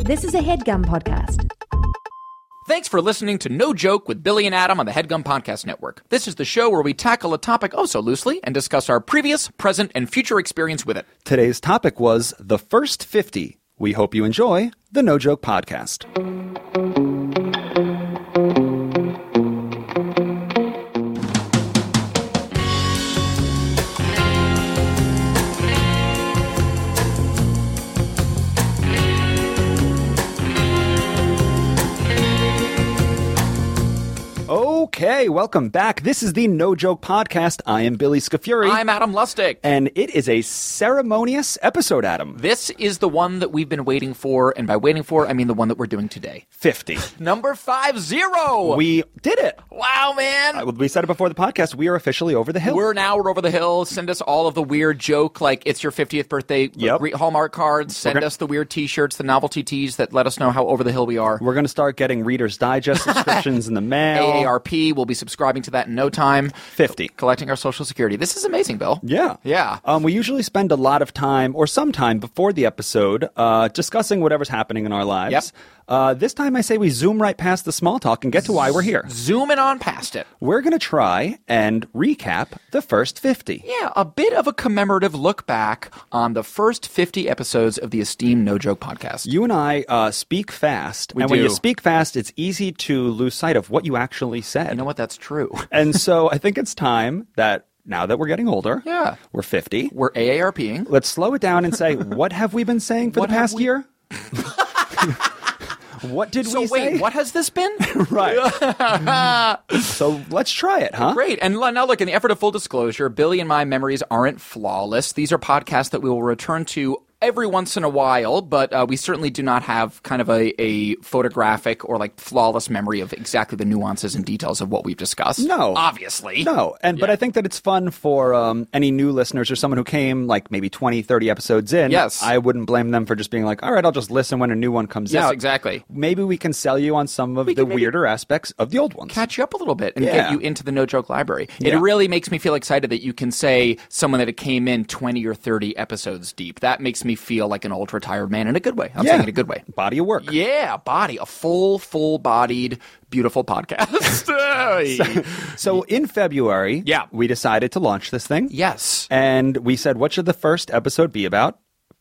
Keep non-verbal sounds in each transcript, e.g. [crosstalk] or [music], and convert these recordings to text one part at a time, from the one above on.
This is a headgum podcast. Thanks for listening to No Joke with Billy and Adam on the Headgum Podcast Network. This is the show where we tackle a topic oh so loosely and discuss our previous, present, and future experience with it. Today's topic was the first 50. We hope you enjoy the No Joke Podcast. Okay, welcome back. This is the No Joke Podcast. I am Billy Scafuri. I'm Adam Lustig. and it is a ceremonious episode, Adam. This is the one that we've been waiting for, and by waiting for, I mean the one that we're doing today. 50. Number five zero. we did it. wow, man. Uh, We said it before the podcast. We are officially over the hill. we're now we're over the hill. Send us all of the weird joke, like it's your 50th birthday Yep. re- Hallmark cards. Send gonna- us the weird T-shirts, the novelty tees that let us know how over the hill we are. We're going to start getting Reader's [laughs] Digest subscriptions in the mail. AARP. We'll be subscribing to that in no time. 50. Collecting our social security. This is amazing, Bill. Yeah. Yeah. Um, we usually spend a lot of time or some time before the episode uh, discussing whatever's happening in our lives. Yep. Uh, this time I say we zoom right past the small talk and get to why we're here. Zooming on past it. We're going to try and recap the first 50. Yeah, a bit of a commemorative look back on the first 50 episodes of the esteemed No Joke podcast. You and I uh, speak fast. We and when do. you speak fast, it's easy to lose sight of what you actually said. You know what? That's true. and so I think it's time that now that we're getting older, Yeah. we're 50, We're AARPing. let's slow it down and [laughs] say, what have we been saying for What the have past we- [laughs] year? what did So we wait, say? what has this been? [laughs] Right. [laughs] so let's try it, huh? Great. And l- now, look, in the effort of full disclosure, Billy and my memories aren't flawless. These are podcasts that we will return to every once in a while, but uh, we certainly do not have kind of a, a photographic or like flawless memory of exactly the nuances and details of what we've discussed. No. Obviously. No, and but Yeah. I think that it's fun for um, any new listeners or someone who came like maybe 20, 30 episodes in. Yes. I wouldn't blame them for just being like, all right, I'll just listen when a new one comes Yes, out. exactly. Maybe we can sell you on some of the weirder aspects of the old ones. Catch you up a little bit and get Yeah. you into the no joke library. It Yeah. really makes me feel excited that you can say someone that it came in 20 or 30 episodes deep. That makes me feel like an old retired man in a good way. I'm yeah. saying it in a good way. Body of work. Yeah, body, a full, full bodied, beautiful [laughs] podcast. So in February, Yeah. we decided to launch this thing. yes. And we said, what should the first episode be about?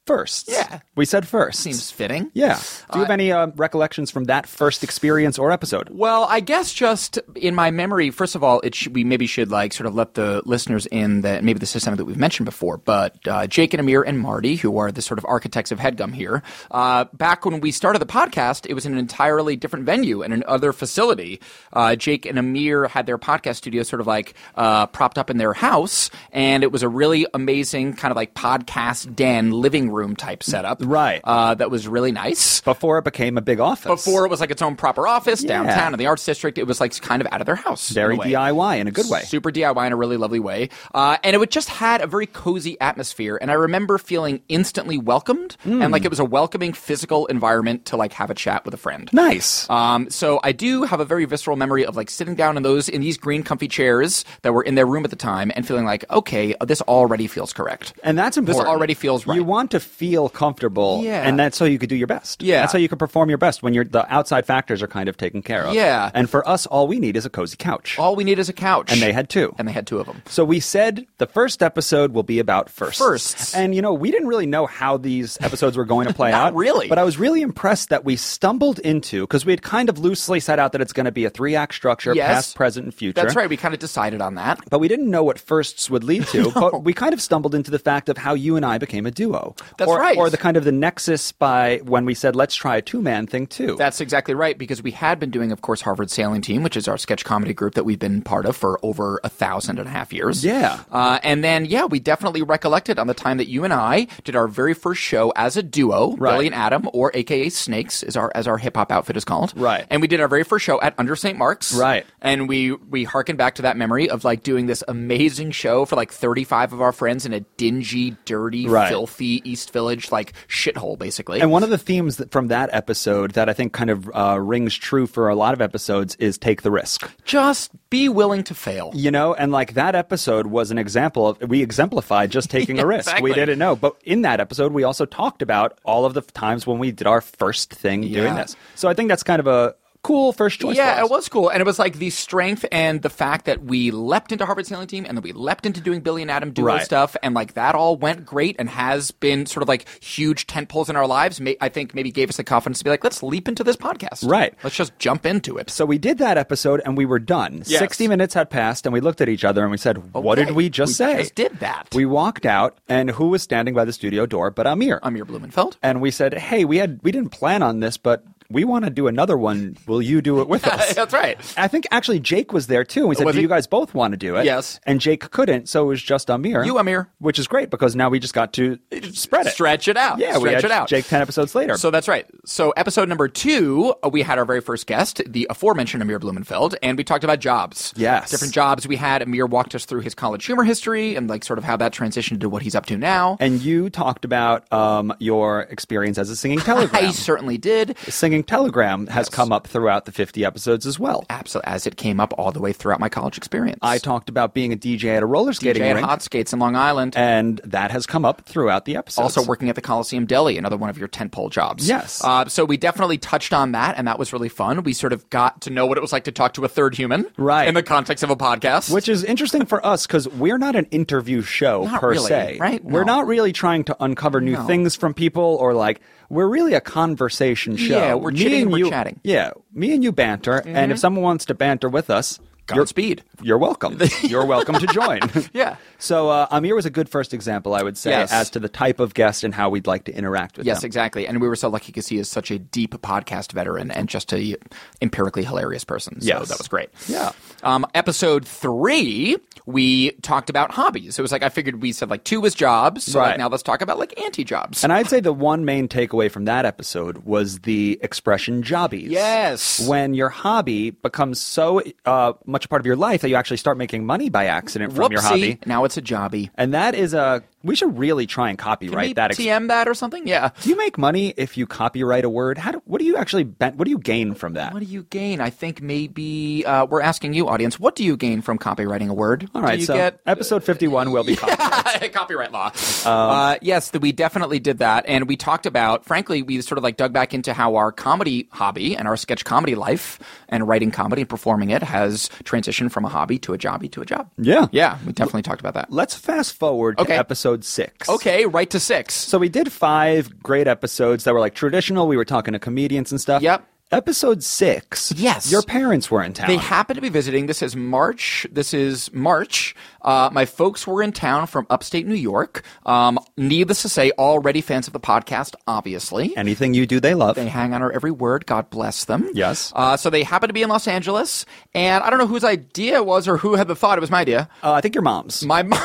Firsts. Yeah. We said firsts. Seems fitting. Yeah. Do you have any uh, recollections from that first experience or episode? Well, I guess just in my memory, first of all, it sh- we maybe should like sort of let the listeners in that maybe this is something that we've mentioned before, but uh, Jake and Amir and Marty, who are the sort of architects of Headgum here, uh, back when we started the podcast, it was in an entirely different venue and another facility. Uh, Jake and Amir had their podcast studio sort of like uh, propped up in their house, and it was a really amazing kind of like podcast den living room type setup. Right. Uh, that was really nice Before it became a big office. before it was like its own proper office Yeah. downtown in the arts district. It was like kind of out of their house. in Very a way. DIY in a good way. Super DIY in a really lovely way. Uh, and it would just had a very cozy atmosphere. And I remember feeling instantly welcomed and Hmm. like it was a welcoming physical environment to like have a chat with a friend. Nice. Um, so I do have a very visceral memory of like sitting down in those in these green comfy chairs that were in their room at the time and feeling like, okay, this already feels correct. and that's important. already feels right. You want to feel comfortable, Yeah. and that's how you could do your best. Yeah. that's how you can perform your best when you're, the outside factors are kind of taken care of. Yeah. and for us, all we need is a cozy couch. All we need is a couch. and they had two. and they had two of them. So we said the first episode will be about firsts. Firsts. And you know, we didn't really know how these episodes were going to [laughs] play Not out. really. But I was really impressed that we stumbled into because we had kind of loosely set out that it's going to be a three act structure, Yes. past, present, and future. That's right. We kind of decided on that. But we didn't know what firsts would lead [laughs] to, but we kind of stumbled into the fact of how you and I became a duo. That's or, right. Or the kind of the nexus by when we said, let's try a two man thing too. That's exactly right, because we had been doing, of course, Harvard Sailing Team, which is our sketch comedy group that we've been part of for over a thousand and a half years. Yeah. Uh, and then, yeah, we definitely recollected on the time that you and I did our very first show as a duo, Right. Billy and Adam, or AKA Snakes, is our, as our hip hop outfit is called. Right. And we did our very first show at Under St. Mark's. Right. And we, we hearkened back to that memory of like doing this amazing show for like 35 of our friends in a dingy, dirty, Right. filthy East East Village like shithole, basically. And one of the themes that from that episode that I think kind of uh, rings true for a lot of episodes is take the risk. Just be willing to fail. You know, and like that episode was an example of we exemplified [laughs] just taking a risk. Exactly. We didn't know, but in that episode, we also talked about all of the times when we did our first thing doing Yeah. this. So I think that's kind of a cool first choice. Yeah, for us. it was cool, and it was like the strength and the fact that we leapt into Harvard Sailing Team, and then we leapt into doing Billy and Adam duo Right. stuff, and like that all went great, and has been sort of like huge tent poles in our lives. May- I think maybe gave us the confidence to be like, let's leap into this podcast, Right. Let's just jump into it. So we did that episode and we were done. Yes. 60 minutes had passed and we looked at each other and we said, What Okay, did we just we say? just did that. We walked out and who was standing by the studio door but Amir? I'm your Blumenfeld. And we said, Hey, we had we didn't plan on this, but we want to do another one. Will you do it [laughs] with us? That's right. I think actually Jake was there too. And we said, Was Do he? you guys both want to do it? Yes. And Jake couldn't, so it was just Amir. You, Amir. Which is great because now we just got to spread it. Stretch it out. Yeah, we Stretch had it out. Jake 10 episodes later. So that's right. So episode number two, uh, we had our very first guest, the aforementioned Amir Blumenfeld, and we talked about jobs. Yes. different jobs we had. Amir walked us through his college humor history and like sort of how that transitioned to what he's up to now. and you talked about um, your experience as [laughs] a singing telegram. I certainly did. Singing Telegram has come up throughout the 50 episodes as well. Absolutely, as it came up all the way throughout my college experience. I talked about being a DJ at a roller skating DJ at rink, Hot Skates in Long Island. and that has come up throughout the episodes. also working at the Coliseum Deli, another one of your tentpole jobs. Yes. Uh, so we definitely touched on that, and that was really fun. We sort of got to know what it was like to talk to a third human, Right. in the context of a podcast. Which is interesting for us because we're not an interview show Not per really, se. right? We're No. not really trying to uncover new No. things from people or like we're really a conversation show. Yeah, we're chitting, and we're you- chatting. Mm-hmm. Yeah, me and you banter, and if someone wants to banter with us, you're, Godspeed. you're welcome. [laughs] you're welcome to join. Yeah. So uh, Amir was a good first example, I would say, Yes. as to the type of guest and how we'd like to interact with Yes, them. exactly. And we were so lucky because he is such a deep podcast veteran and just a empirically hilarious person. So Yes. that was great. Yeah. Um, episode three, we talked about hobbies. It was like I figured we said like two was jobs. So like Right. now let's talk about like anti jobs. And I'd say the one main takeaway from that episode was the expression jobbies. Yes. When your hobby becomes so uh, much a part of your life that you actually start making money by accident from your hobby. Now it's a jobby. And that is a, we should really try and copyright Maybe that. ex- TM that or something? Yeah. do you make money if you copyright a word? How do, what do you actually, ben- what do you gain from that? What do you gain? I think maybe uh, we're asking you, audience, what do you gain from copywriting a word? All right, do you so get episode [laughs] 51 will be copyrighted. copyright law. Um, uh, yes, th- we definitely did that, and we talked about. Frankly, we sort of like dug back into how our comedy hobby and our sketch comedy life and writing comedy and performing it has transitioned from a hobby to a jobby to a job. Yeah. yeah, we definitely talked about that. Let's fast forward Okay. to episode six. Okay, right to six. So we did five great episodes that were like traditional. We were talking to comedians and stuff. Yep. Episode six. Yes. Your parents were in town. They happen to be visiting. This is March. This is March. Uh, my folks were in town from upstate New York. Um, needless to say, already fans of the podcast, obviously. Anything you do, they love. They hang on her every word. God bless them. Yes. Uh, so they happen to be in Los Angeles, and I don't know whose idea it was or who had the thought. It was my idea. uh, I think your mom's. My [laughs] mom.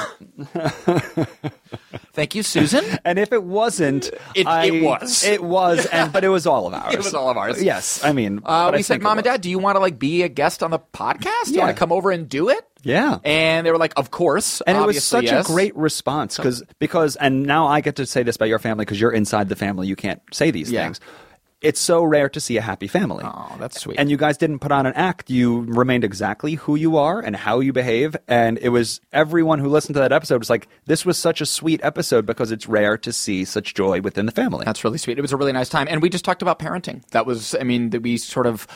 Thank you, Susan. Uh, and if it wasn't, It- I- it was. It was, and but it was all of [laughs] ours. It was all of ours. Yes, I mean, Uh, but I we said, think it Mom and was. Dad, do you want to like be a guest on the podcast? Do you Yeah. want to come over and do it? Yeah. And they were like, Of course. And it was Obviously, such yes. a great response because because and now I get to say this about your family because you're inside the family. You can't say these Yeah. things. It's so rare to see a happy family. Oh, that's sweet. And you guys didn't put on an act. You remained exactly who you are and how you behave. And it was everyone who listened to that episode was like, this was such a sweet episode because it's rare to see such joy within the family. That's really sweet. It was a really nice time, and we just talked about parenting. That was, I mean, that we sort of.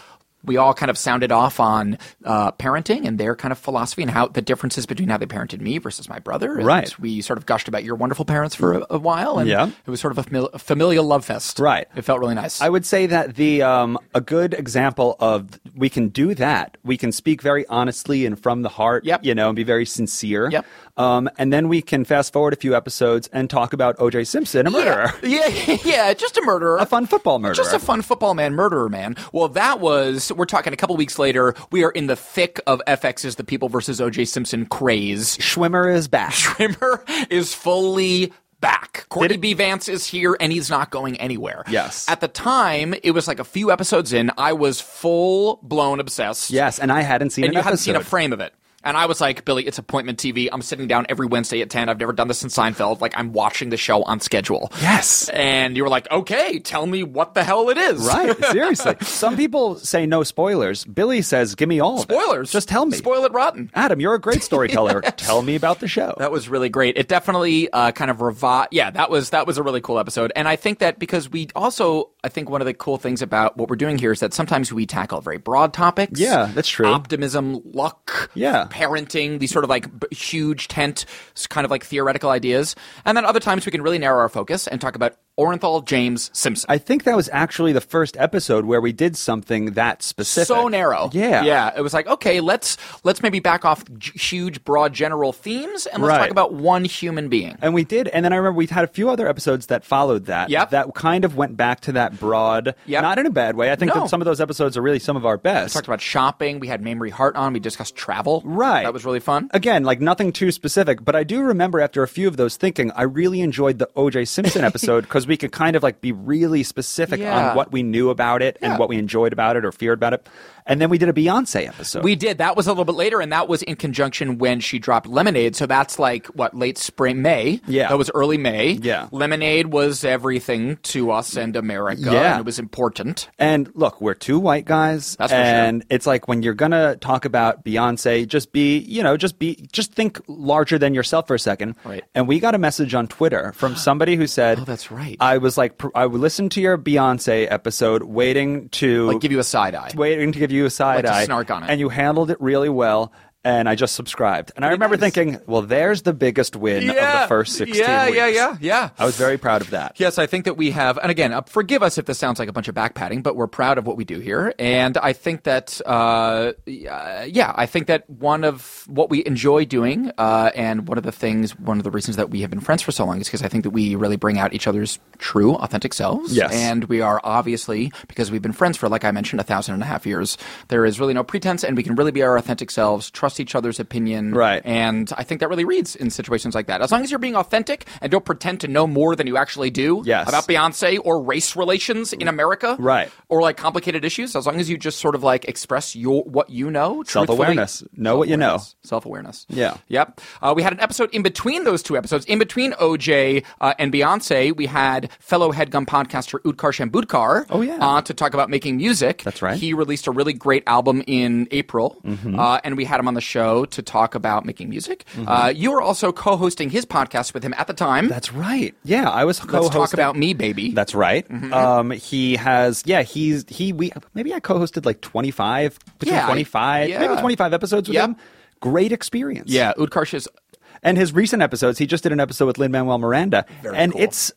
We all kind of sounded off on uh, parenting and their kind of philosophy and how the differences between how they parented me versus my brother. And Right. We sort of gushed about your wonderful parents for a, a while, and Yeah. it was sort of a, famil- a familial love fest. Right. It felt really nice. I would say that the um, a good example of we can do that. We can speak very honestly and from the heart, Yep. you know, and be very sincere. Yep. Um, and then we can fast forward a few episodes and talk about O.J. Simpson, a murderer, [laughs] Yeah, [laughs] yeah, yeah, just a murderer. a fun football murderer. Just a fun football man, murderer man. Well, that was, we're talking a couple weeks later. We are in the thick of FX's The People versus OJ Simpson craze. Schwimmer is back. Trimmer is fully back. Courtney it- B. Vance is here and he's not going anywhere. Yes. At the time, it was like a few episodes in, I was full blown obsessed. yes, and I hadn't seen And an you episode. hadn't seen a frame of it. And I was like, Billy, it's appointment TV. I'm sitting down every Wednesday at 10. I've never done this since Seinfeld. Like, I'm watching the show on schedule. Yes. And you were like, okay, tell me what the hell it is. Right, [laughs] seriously. Some people say no spoilers. Billy says, give me all of [laughs] it. Spoilers. Just tell me. Spoil it rotten. Adam, you're [laughs] a great storyteller. Tell me about the show. That was really great. It definitely uh, kind of revived. Yeah, that was that was a really cool episode. And I think that because we also, I think one of the cool things about what we're doing here is that sometimes we tackle very broad topics. Yeah, that's true. Optimism, luck, Yeah. parenting, these sort of like b- huge tent, s- kind of like theoretical ideas. And then other times we can really narrow our focus and talk about Orenthal James Simpson. I think that was actually the first episode where we did something that specific. so narrow. Yeah. yeah. It was like okay, let's let's maybe back off g- huge, broad, general themes, and let's Right. talk about one human being. And we did. And then I remember we had a few other episodes that followed that. Yep. That kind of went back to that broad, Yep. not in a bad way. I think No. that some of those episodes are really some of our best. talked about shopping. We had Mamrie Hart on. We discussed travel. Right. That was really fun. Again, like nothing too specific, but I do remember after a few of those thinking, I really enjoyed the [laughs] OJ Simpson episode because we could kind of like be really specific Yeah. on what we knew about it Yeah. and what we enjoyed about it or feared about it. And then we did a Beyonce episode. We did. That was a little bit later, and that was in conjunction when she dropped Lemonade. So that's like, what, late spring, May? Yeah. That was early May. Yeah. Lemonade was everything to us and America, Yeah. and it was important. And look, we're two white guys, That's for sure. and it's like when you're gonna talk about Beyonce, just be, you know, just be, just think larger than yourself for a second. Right. And we got a message on Twitter [gasps] from somebody who said, Oh, that's right. I was like, pr- I listened to your Beyonce episode, waiting to Like, give you a side eye. waiting to give you a side to eye, snark on it. and you handled it really well." And I just subscribed, and I remember nice. thinking, "Well, there's the biggest win of the first sixteen Yeah, weeks." yeah, yeah, yeah. I was very proud of that. Yes, I think that we have, and again, uh, forgive us if this sounds like a bunch of backpatting, but we're proud of what we do here, and I think that, uh, yeah, yeah, I think that one of what we enjoy doing, uh, and one of the things, one of the reasons that we have been friends for so long is because I think that we really bring out each other's true, authentic selves. Yes. and we are obviously because we've been friends for, like I mentioned, a thousand and a half years. There is really no pretense, and we can really be our authentic selves, trust each other's opinion, Right. and I think that really reads in situations like that. As long as you're being authentic and don't pretend to know more than you actually do Yes. about Beyonce or race relations in America, Right. Or like complicated issues. As long as you just sort of like express your what you know, truthfully- Self-awareness. Know what you know. Self-awareness. Self-awareness. Yeah. Yep. Uh, we had an episode in between those two episodes, in between OJ uh, and Beyonce. We had fellow headgum podcaster Utkar Shambudkar. Oh, yeah. on to talk about making music. That's right. Mm-hmm. He released a really great album in April, uh, and we had him on the show to talk about making music. Uh, you were also co-hosting his podcast with him at the time. That's right. Yeah, I was Let's co-hosting. talk about me, Mm-hmm. baby. That's right. Um, he has, yeah, he's he. We maybe I co-hosted like twenty five, between Yeah, I- twenty five, yeah. maybe twenty five episodes with Yep. him. Great experience. yeah, Utkarsh is and his recent episodes, he just did an episode with Lin Manuel Miranda, Very and cool. it's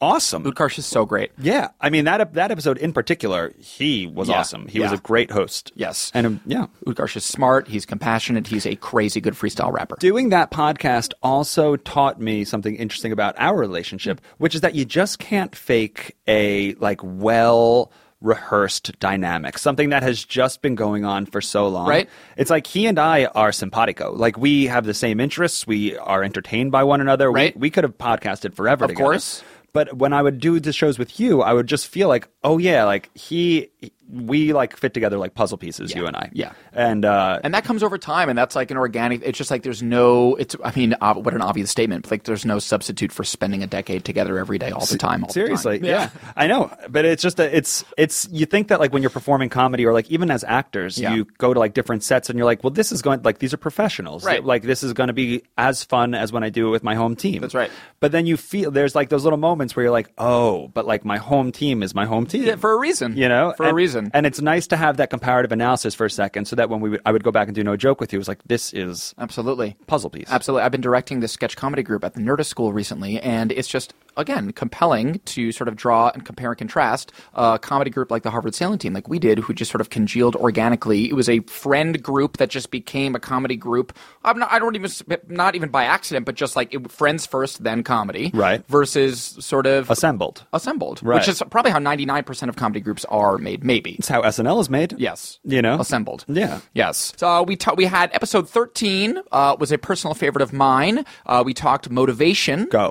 awesome. Utkarsh is so great. Yeah, I mean that ep- that episode in particular, he was Yeah, awesome. He was yeah. a great host. Yes. and um, yeah, Utkarsh is smart. He's compassionate. He's a crazy good freestyle rapper. doing that podcast also taught me something interesting about our relationship, which is that you just can't fake a like well rehearsed dynamic, something that has just been going on for so long. Right. It's like he and I are simpatico. Like we have the same interests, we are entertained by one another. Right. We, we could have podcasted forever. Of together. course. But when I would do the shows with you, I would just feel like, oh yeah, like he, we like fit together like puzzle pieces, you and I. Yeah. And uh, and that comes over time and that's like an organic it's just like there's no it's i mean ob- what an obvious statement but like there's no substitute for spending a decade together every day all the time all the time. Seriously, yeah. I know, but it's just a, it's it's you think that like when you're performing comedy or like even as actors, Yeah. you go to like different sets and you're like, well, this is going like these are professionals, Right. Like this is going to be as fun as when I do it with my home team. That's right. But then you feel there's like those little moments where you're like, oh, but like my home team is my home team Yeah, for a reason you know for a And- reason and it's nice to have that comparative analysis for a second so that when we would, i would go back and do no joke with you it was like this is Um, absolutely puzzle piece Absolutely. I've been directing this sketch comedy group at the Nerdist School recently, and it's just, again, compelling to sort of draw and compare and contrast a comedy group like the Harvard Sailing Team, like we did, who just sort of congealed organically. It was a friend group that just became a comedy group. I'm not, I don't even, not even by accident, but just like it, friends first, then comedy. Right. Versus sort of assembled assembled, which Right. is probably how 99% of comedy groups are made, maybe. it's how snl is made Yes. you know Assembled. Yeah. Yes. So uh, we ta- we had episode 13 uh, was a personal favorite of mine. Uh, we talked motivation. go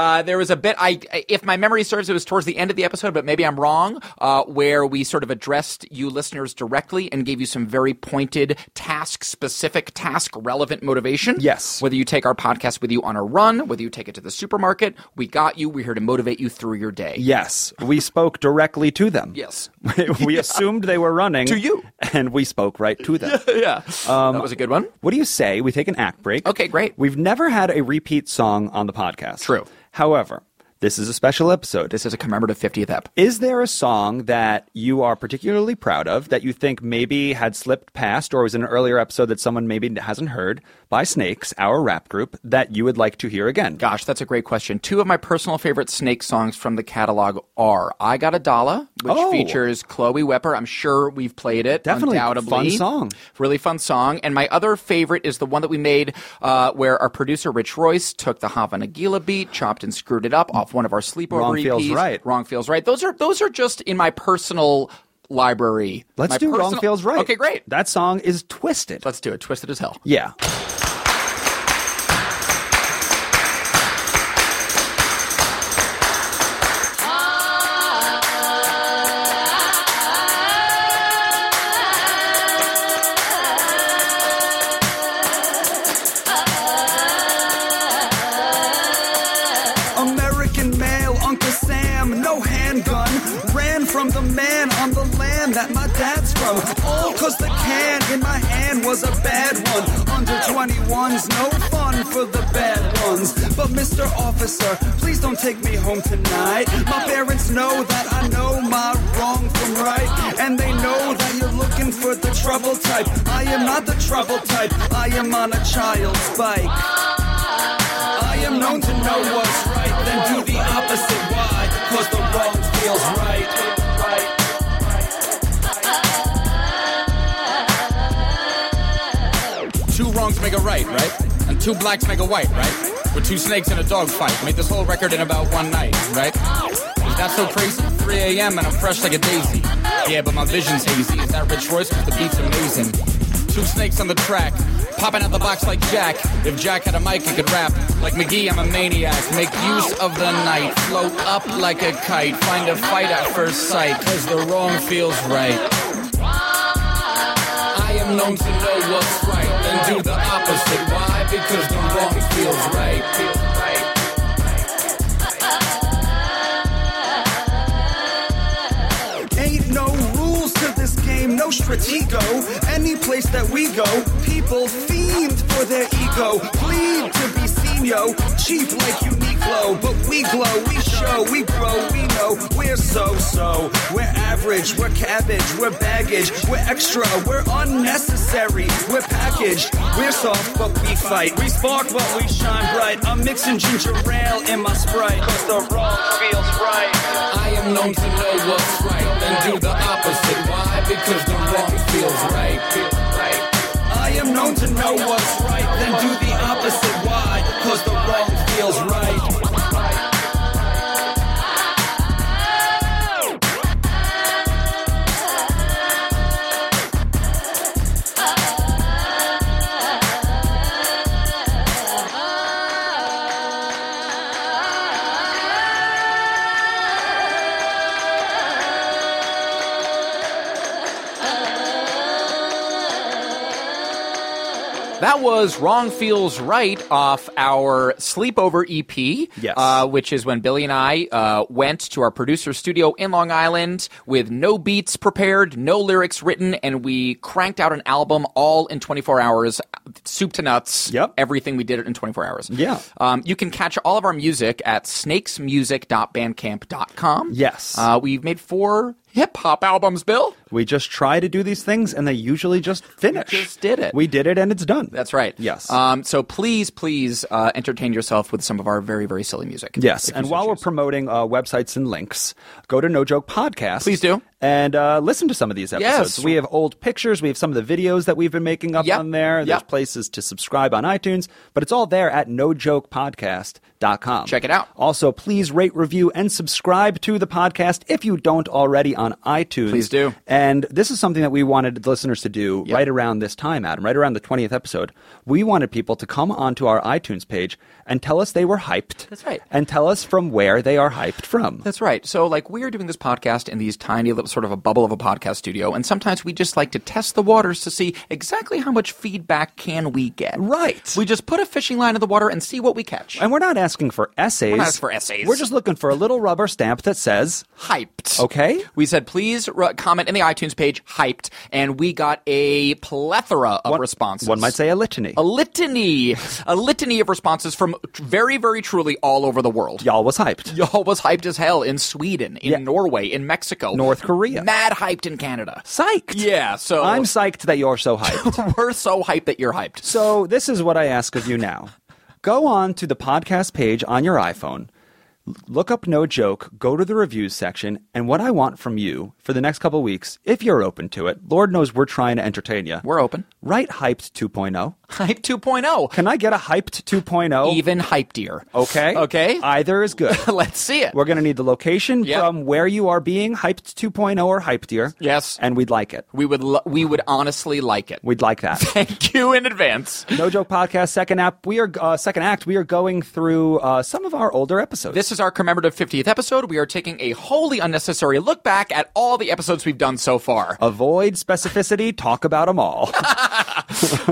Uh, there was a bit. I, if my memory serves, it was towards the end of the episode, but maybe I'm wrong. Uh, where we sort of addressed you listeners directly and gave you some very pointed, task-specific, task-relevant motivation. Yes. Whether you take our podcast with you on a run, whether you take it to the supermarket, we got you. We're here to motivate you through your day. Yes, we spoke directly to them. Yes. [laughs] we assumed they were running To you. and we spoke right [laughs] to them. Yeah. that was a good one. What do you say we take an act break? Okay, great. We've never had a repeat song on the podcast. True. However, this is a special episode. This is a commemorative 50th ep. Is there a song that you are particularly proud of that you think maybe had slipped past or was in an earlier episode that someone maybe hasn't heard by Snakes, our rap group, that you would like to hear again? Gosh, that's a great question. Two of my personal favorite Snake songs from the catalog are "I Got a Dollar," which Oh. features Chloe Wepper. I'm sure we've played it. Definitely. undoubtedly. Fun song. really fun song. And my other favorite is the one that we made uh, where our producer Rich Royce took the Havana Gila beat, chopped and screwed it up off one of our sleepover Wrong EPs. Feels Right. Wrong feels right. Those are those are just in my personal library. Let's My do Wrong personal- Feels Right. Okay, great. That song is Twisted. Let's do it. Twisted as hell. yeah. American male, Uncle Sam, no handgun. Ran from the man on the land that my dad's from. All cause the can in my hand was a bad one. Under 21's no fun for the bad ones. But Mr. Officer, please don't take me home tonight. My parents know that I know my wrong from right. And they know that you're looking for the trouble type. I am not the trouble type. I am on a child's bike. I am known to know what's right, then do the opposite. Why? Cause the wrong feels right. Two wrongs make a right, right? And two blacks make a white, right? With two snakes in a dog fight. Made this whole record in about one night, right? Is that so crazy? 3 a.m. and I'm fresh like a daisy. Yeah, but my vision's hazy. Is that Rich Royce? 'Cause the beat's amazing. Two snakes on the track, popping out the box like Jack. If Jack had a mic, he could rap. Like McGee, I'm a maniac. Make use of the night, float up like a kite. Find a fight at first sight, cause the wrong feels right. I am known to know what's right and do the opposite. Why? Because the wrong feels right. Ain't no rules to this game, no stratego. Any place that we go, people fiend for their ego. Plead to be seen, yo. Cheap like Uniqlo, but we glow, we show, we grow, we know. We're so so. We're average, we're cabbage, we're baggage, we're extra, we're unnecessary, we're packaged. We're soft, but we fight. We spark, but we shine bright. I'm mixing ginger ale in my sprite, cause the wrong feels right. I am known to know what's right and do the opposite. Why? Because the wrong feels right. I am known to know what's right, then do the opposite. Why? Cause the wrong feels right. That was Wrong Feels Right off our Sleepover EP, Yes. uh, which is when Billy and I uh, went to our producer's studio in Long Island with no beats prepared, no lyrics written, and we cranked out an album all in 24 hours, soup to nuts. Yep. Everything we did it in 24 hours. Yeah. Um, you can catch all of our music at snakesmusic.bandcamp.com. Yes. Uh, we've made four hip hop albums, Bill. We just try to do these things and they usually just finish. just did it. We did it and it's done. That's right. Yes. Um, so please, please uh, entertain yourself with some of our very, very silly music. Yes, If you and so while we're choose. promoting uh, websites and links, go to No Joke Podcast. Please do. and uh, listen to some of these episodes. Yes. We have old pictures. We have some of the videos that we've been making up Yep. on there. There's Yep. places to subscribe on iTunes, but it's all there at nojokepodcast.com. Check it out. Also, please rate, review, and subscribe to the podcast if you don't already on iTunes. Please do. And this is something that we wanted the listeners to do Yep. right around this time, Adam, right around the 20th episode. We wanted people to come onto our iTunes page and tell us they were hyped. That's right. And tell us from where they are hyped from. That's right. So, like, we are doing this podcast in these tiny little sort of a bubble of a podcast studio, and sometimes we just like to test the waters to see exactly how much feedback can we get. Right. We just put a fishing line in the water and see what we catch. and we're not asking for essays. We're not asking for essays. We're just looking for a little rubber stamp that says, hyped. Okay. We said, please r- comment in the iTunes page, hyped, and we got a plethora of responses. one might say a litany. a litany, a litany of responses from tr- very, very truly all over the world. Y'all was hyped. Y'all was hyped as hell in Sweden, in Yeah. Norway, in Mexico, North Korea. Mad hyped in Canada. Psyched. Yeah, so I'm psyched that you're so [laughs] hyped. we're so hyped that you're hyped. So this is what I ask of you now. Go on to the podcast page on your iPhone. l- Look up No Joke, go to the reviews section, and what I want from you for the next couple weeks, if you're open to it, Lord knows we're trying to entertain you. We're open. [laughs] Write Hyped 2.0. Hype 2.0, Can I get a Hyped 2.0? even hypedier. okay. Okay. Either is good. [laughs] Let's see it. Oh. We're going to need the location Yep. from where you are being Hyped 2.0 or Hypedier. Yes. And we'd like it. we would lo- we would honestly like it. We'd like [laughs] that. Thank you in advance. No Joke Podcast second app. We are uh, second act. We are going through uh, some of our older episodes. This is our commemorative 50th episode. We are taking a wholly unnecessary look back at all the episodes we've done so far. avoid specificity. Talk about [laughs] them all.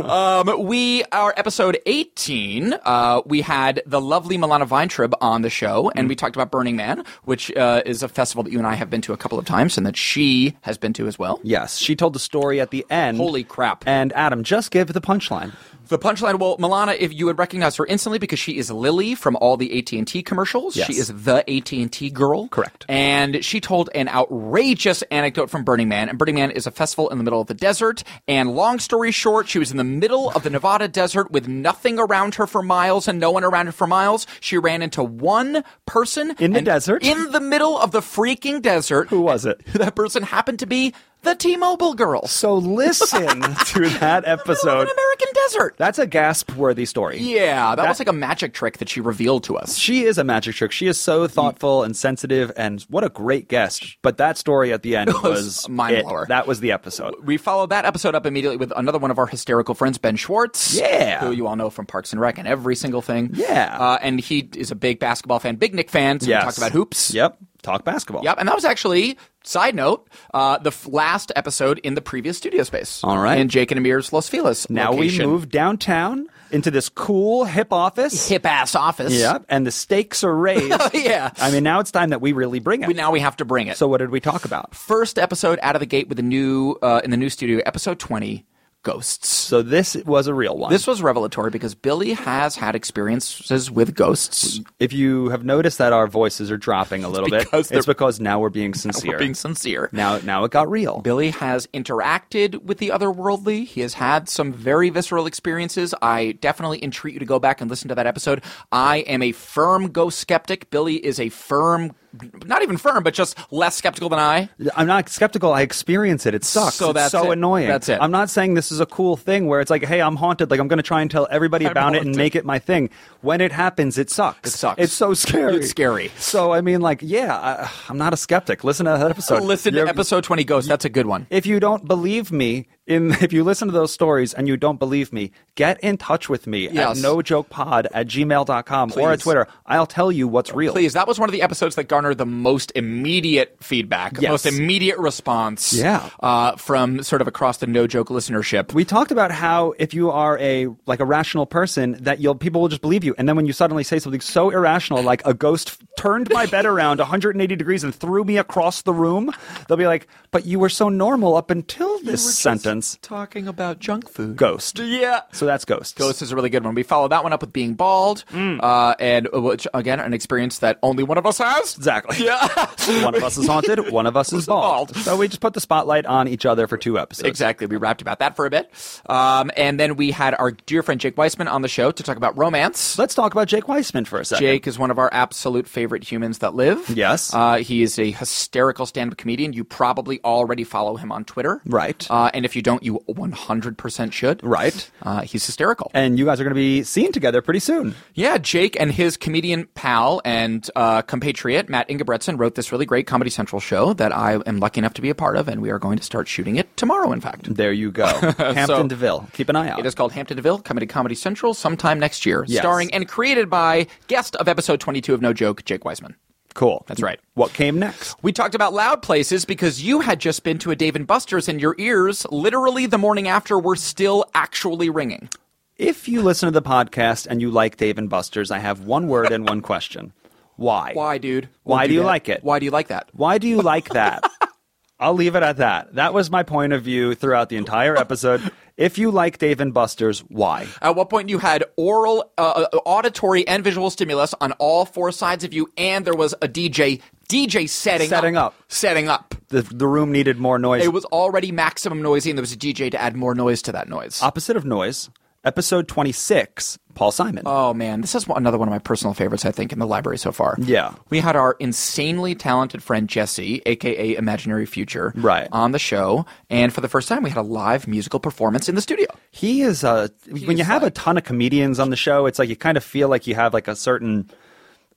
Um, we our episode 18. Uh, we had the lovely Milana Weintraub on the show, and we talked about Burning Man, which uh, is a festival that you and I have been to a couple of times, and that she has been to as well. yes, she told the story at the end. Holy crap. And Adam, just give the punchline. The punchline, well, Milana, if you would recognize her instantly because she is Lily from all the AT and T commercials. Yes. She is the AT and T girl, Correct. And she told an outrageous anecdote from Burning Man. And Burning Man is a festival in the middle of the desert. And long story short, she was in the middle of the Nevada desert with nothing around her for miles and no one around her for miles. She ran into one person In the and- desert? in the middle of the freaking desert. Who was it? That person happened to be the T-Mobile girl. So listen [laughs] to that An episode. American desert. That's a gasp-worthy story. Yeah, that, was like a magic trick that she revealed to us. She is a magic trick. She is so thoughtful and sensitive, and what a great guest. But that story at [laughs] the end was, was mind-blower. it. That was the episode. We followed that episode up immediately with another one of our hysterical friends, Ben Schwartz. Yeah. Who you all know from Parks and Rec and every single thing. Yeah. Uh, and he is a big basketball fan, big Nick fan, so Yes. we talked about hoops. Yep. Talk basketball. Yep, and that was actually side note uh, the f- last episode in the previous studio space. All right. in Jake and Amir's Los Feliz. Now location. we move downtown into this cool hip office. hip ass office. Yep. And the stakes are raised. [laughs] yeah. I mean, now it's time that we really bring it. We, now we have to bring it. so what did we talk about? first episode out of the gate with the new uh, in the new studio, episode twenty, ghosts. So this was a real one. This was revelatory because Billy has had experiences with ghosts. if you have noticed that our voices are dropping a little bit, because it's they're- because now [laughs] we're being sincere. We're being sincere. now, now it got real. Billy has interacted with the otherworldly. He has had some very visceral experiences. I definitely entreat you to go back and listen to that episode. I am a firm ghost skeptic. Billy is a firm, not even firm, but just less skeptical than I. I'm not skeptical. I experience it. It sucks. So it's that's so it. annoying. That's it. I'm not saying this is a cool thing where it's like, hey, I'm haunted. Like I'm going to try and tell everybody about it and haunted. make it my thing. When it happens, it sucks. It sucks. It's so scary. It's scary. So I mean, like, yeah, I, I'm not a skeptic. Listen to that episode. listen to You're- episode 20 Ghosts. That's a good one. If you don't believe me in, [laughs] if you listen to those stories and you don't believe me, get in touch with me Yes. at nojokepod at gmail.com or at Please. Twitter. I'll tell you what's real. Please, that was one of the episodes that garnered the most immediate feedback, Yes. most immediate response Yeah. uh, from sort of across the no joke listenership. we talked about how if you are a like a rational person that you'll people will just believe you and then when you suddenly say something so irrational like a ghost f- turned [laughs] my bed around 180 degrees and threw me across the room they'll be like but you were so normal up until this were just- sentence sentence. Talking about junk food. Ghost. Yeah. So that's ghosts. Ghost is a really good one. We follow that one up with being bald, Mm. uh, and which again an experience that only one of us has. [laughs] Exactly. Yeah. one of us is haunted. One of us is bald. bald. So we just put the spotlight on each other for two episodes. Exactly. We rapped about that for a bit, um, and then we had our dear friend Jake Weissman on the show to talk about romance. Let's talk about Jake Weissman for a second. Jake is one of our absolute favorite humans that live. Yes. Uh, he is a hysterical stand up comedian. You probably already follow him on Twitter. Right. Uh, and if you don't, you 100% should. Right. Uh, he's hysterical. And you guys are going to be seen together pretty soon. yeah, Jake and his comedian pal and uh, compatriot, Matt Ingebretson, wrote this really great Comedy Central show that I am lucky enough to be a part of, and we are going to start shooting it tomorrow, in fact. There you go. [laughs] Hampton So- DeVille. Keep an eye out. It is called Hampton DeVille, coming to Comedy Central sometime next year, Yes. starring and created by guest of episode 22 of No Joke, Jake Wiseman. cool. That's right. What came next? We talked about loud places because you had just been to a Dave and Buster's and your ears, literally the morning after, were still actually ringing. If you listen to the podcast and you like Dave and Buster's, I have one word and one question. Why? Why, dude? Why We'll do, you that. like it? Why do you like that? Why do you like [laughs] that? I'll leave it at that. That was my point of view throughout the entire episode. If you like Dave and Buster's, why? At what point you had oral, uh, uh, auditory, and visual stimulus on all four sides of you, and there was a DJ, DJ setting Setting up. setting up. The, the room needed more noise. It was already maximum noisy, and there was a DJ to add more noise to that noise. Opposite of noise, episode 26, Paul Simon. Oh man, this is one- another one of my personal favorites. I think in the library so far. Yeah. we had our insanely talented friend Jesse, aka Imaginary Future, Right. on the show, and for the first time, we had a live musical performance in the studio. he is a. when you is have like- a ton of comedians on the show, it's like you kind of feel like you have like a certain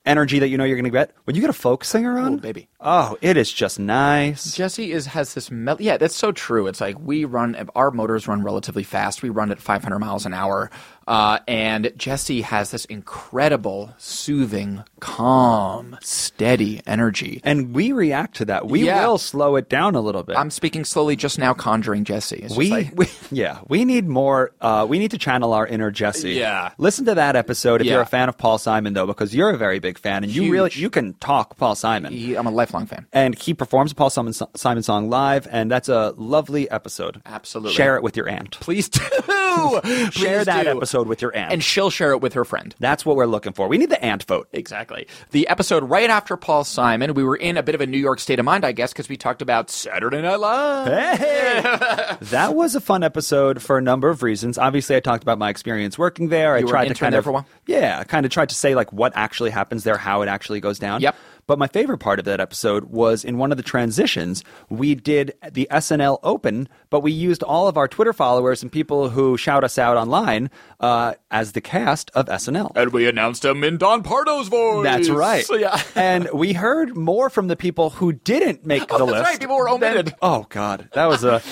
energy that you know you're going to get. When you get a folk singer on, baby. oh, it is just nice. Jesse is has this mel- yeah, that's so true. It's like we run our motors run relatively fast. We run at 500 miles an hour, uh, and Jesse has this incredible, soothing, calm, steady energy. And we react to that. We Yeah. will slow it down a little bit. I'm speaking slowly just now, conjuring Jesse. It's just we, like- yeah, we need more. Uh, we need to channel our inner Jesse. Yeah. listen to that episode if Yeah. you're a fan of Paul Simon, though, because you're a very big fan, and you really you can talk Paul Simon. he- I'm a lifelong [laughs] fan. and he performs a Paul Simon, Simon song live, and that's a lovely episode. Absolutely. share it with your aunt. Please do. Please [laughs] share that do. episode with your aunt. And she'll share it with her friend. that's what we're looking for. We need the aunt vote. Exactly. The episode right after Paul Simon, we were in a bit of a New York state of mind, I guess, because we talked about Saturday Night Live. Hey! that was a fun episode for a number of reasons. Obviously, I talked about my experience working there. I You were an tried to intern kind there of, for a while? yeah, I kind of tried to say like what actually happens there, how it actually goes down. Yep. But my favorite part of that episode was in one of the transitions, we did the SNL Open, but we used all of our Twitter followers and people who shout us out online uh, as the cast of SNL. And we announced him in Don Pardo's voice. That's right. So, yeah. [laughs] and we heard more from the people who didn't make the Oh, that's list. right. People were omitted. than- oh God, that was a.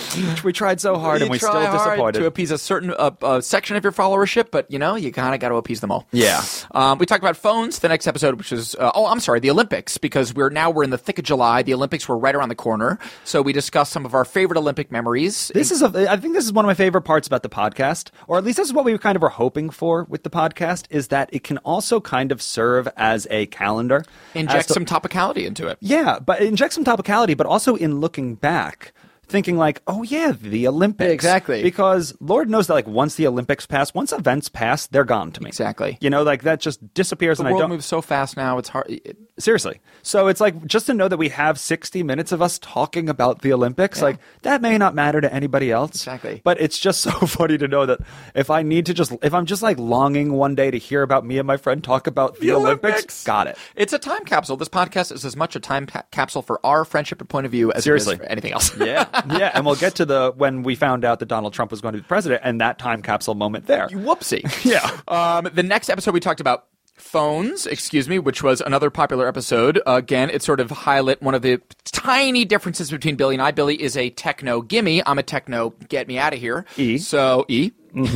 we tried so hard and we try still hard disappointed. to appease a certain uh, uh, section of your followership, but you know you kind of got to appease them all. Yeah. Um, we talked about phones the next episode, which was uh, oh I'm sorry the Olympics because we're now we're in the thick of July. The Olympics were right around the corner, so we discussed some of our favorite Olympic memories. this is a. I think this is one of my favorite parts about the podcast, or at least this is what we kind of were hoping for with the podcast, is that it can also kind of serve as a calendar. as Inject to- some topicality into it. Yeah, but inject some topicality, but also in looking back, thinking like, oh yeah, the Olympics. Exactly. Because Lord knows that like once the Olympics pass, once events pass, they're gone to me. Exactly. You know, like that just disappears The and I world don't moves so fast now; it's hard. it- seriously. So it's like just to know that we have 60 minutes of us talking about the Olympics, like that may not matter to anybody else. Exactly. But it's just [laughs] so funny to know that if I need to just if I'm just like longing one day to hear about me and my friend talk about the, Olympics, Olympics. got it. It's a time capsule. This podcast is as much a time pa- capsule for our friendship and point of view as it Seriously. is for anything else. Yeah, yeah, and we'll get to the when we found out that Donald Trump was going to be president and that time capsule moment there. Whoopsie. [laughs] yeah. Um, the next episode we talked about phones, excuse me, which was another popular episode. Again, it sort of highlight one of the tiny differences between Billy and I. Billy is a techno gimme. I'm a techno get me out of here. E. Mm-hmm. So E. [laughs]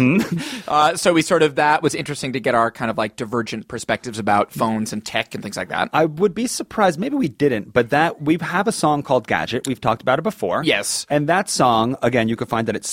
Uh, so we sort of that was interesting to get our kind of like divergent perspectives about phones and tech and things like that. I would be surprised. Maybe we didn't, but that we have a song called Gadget. We've talked about it before. Yes. And that song, again, you can find that at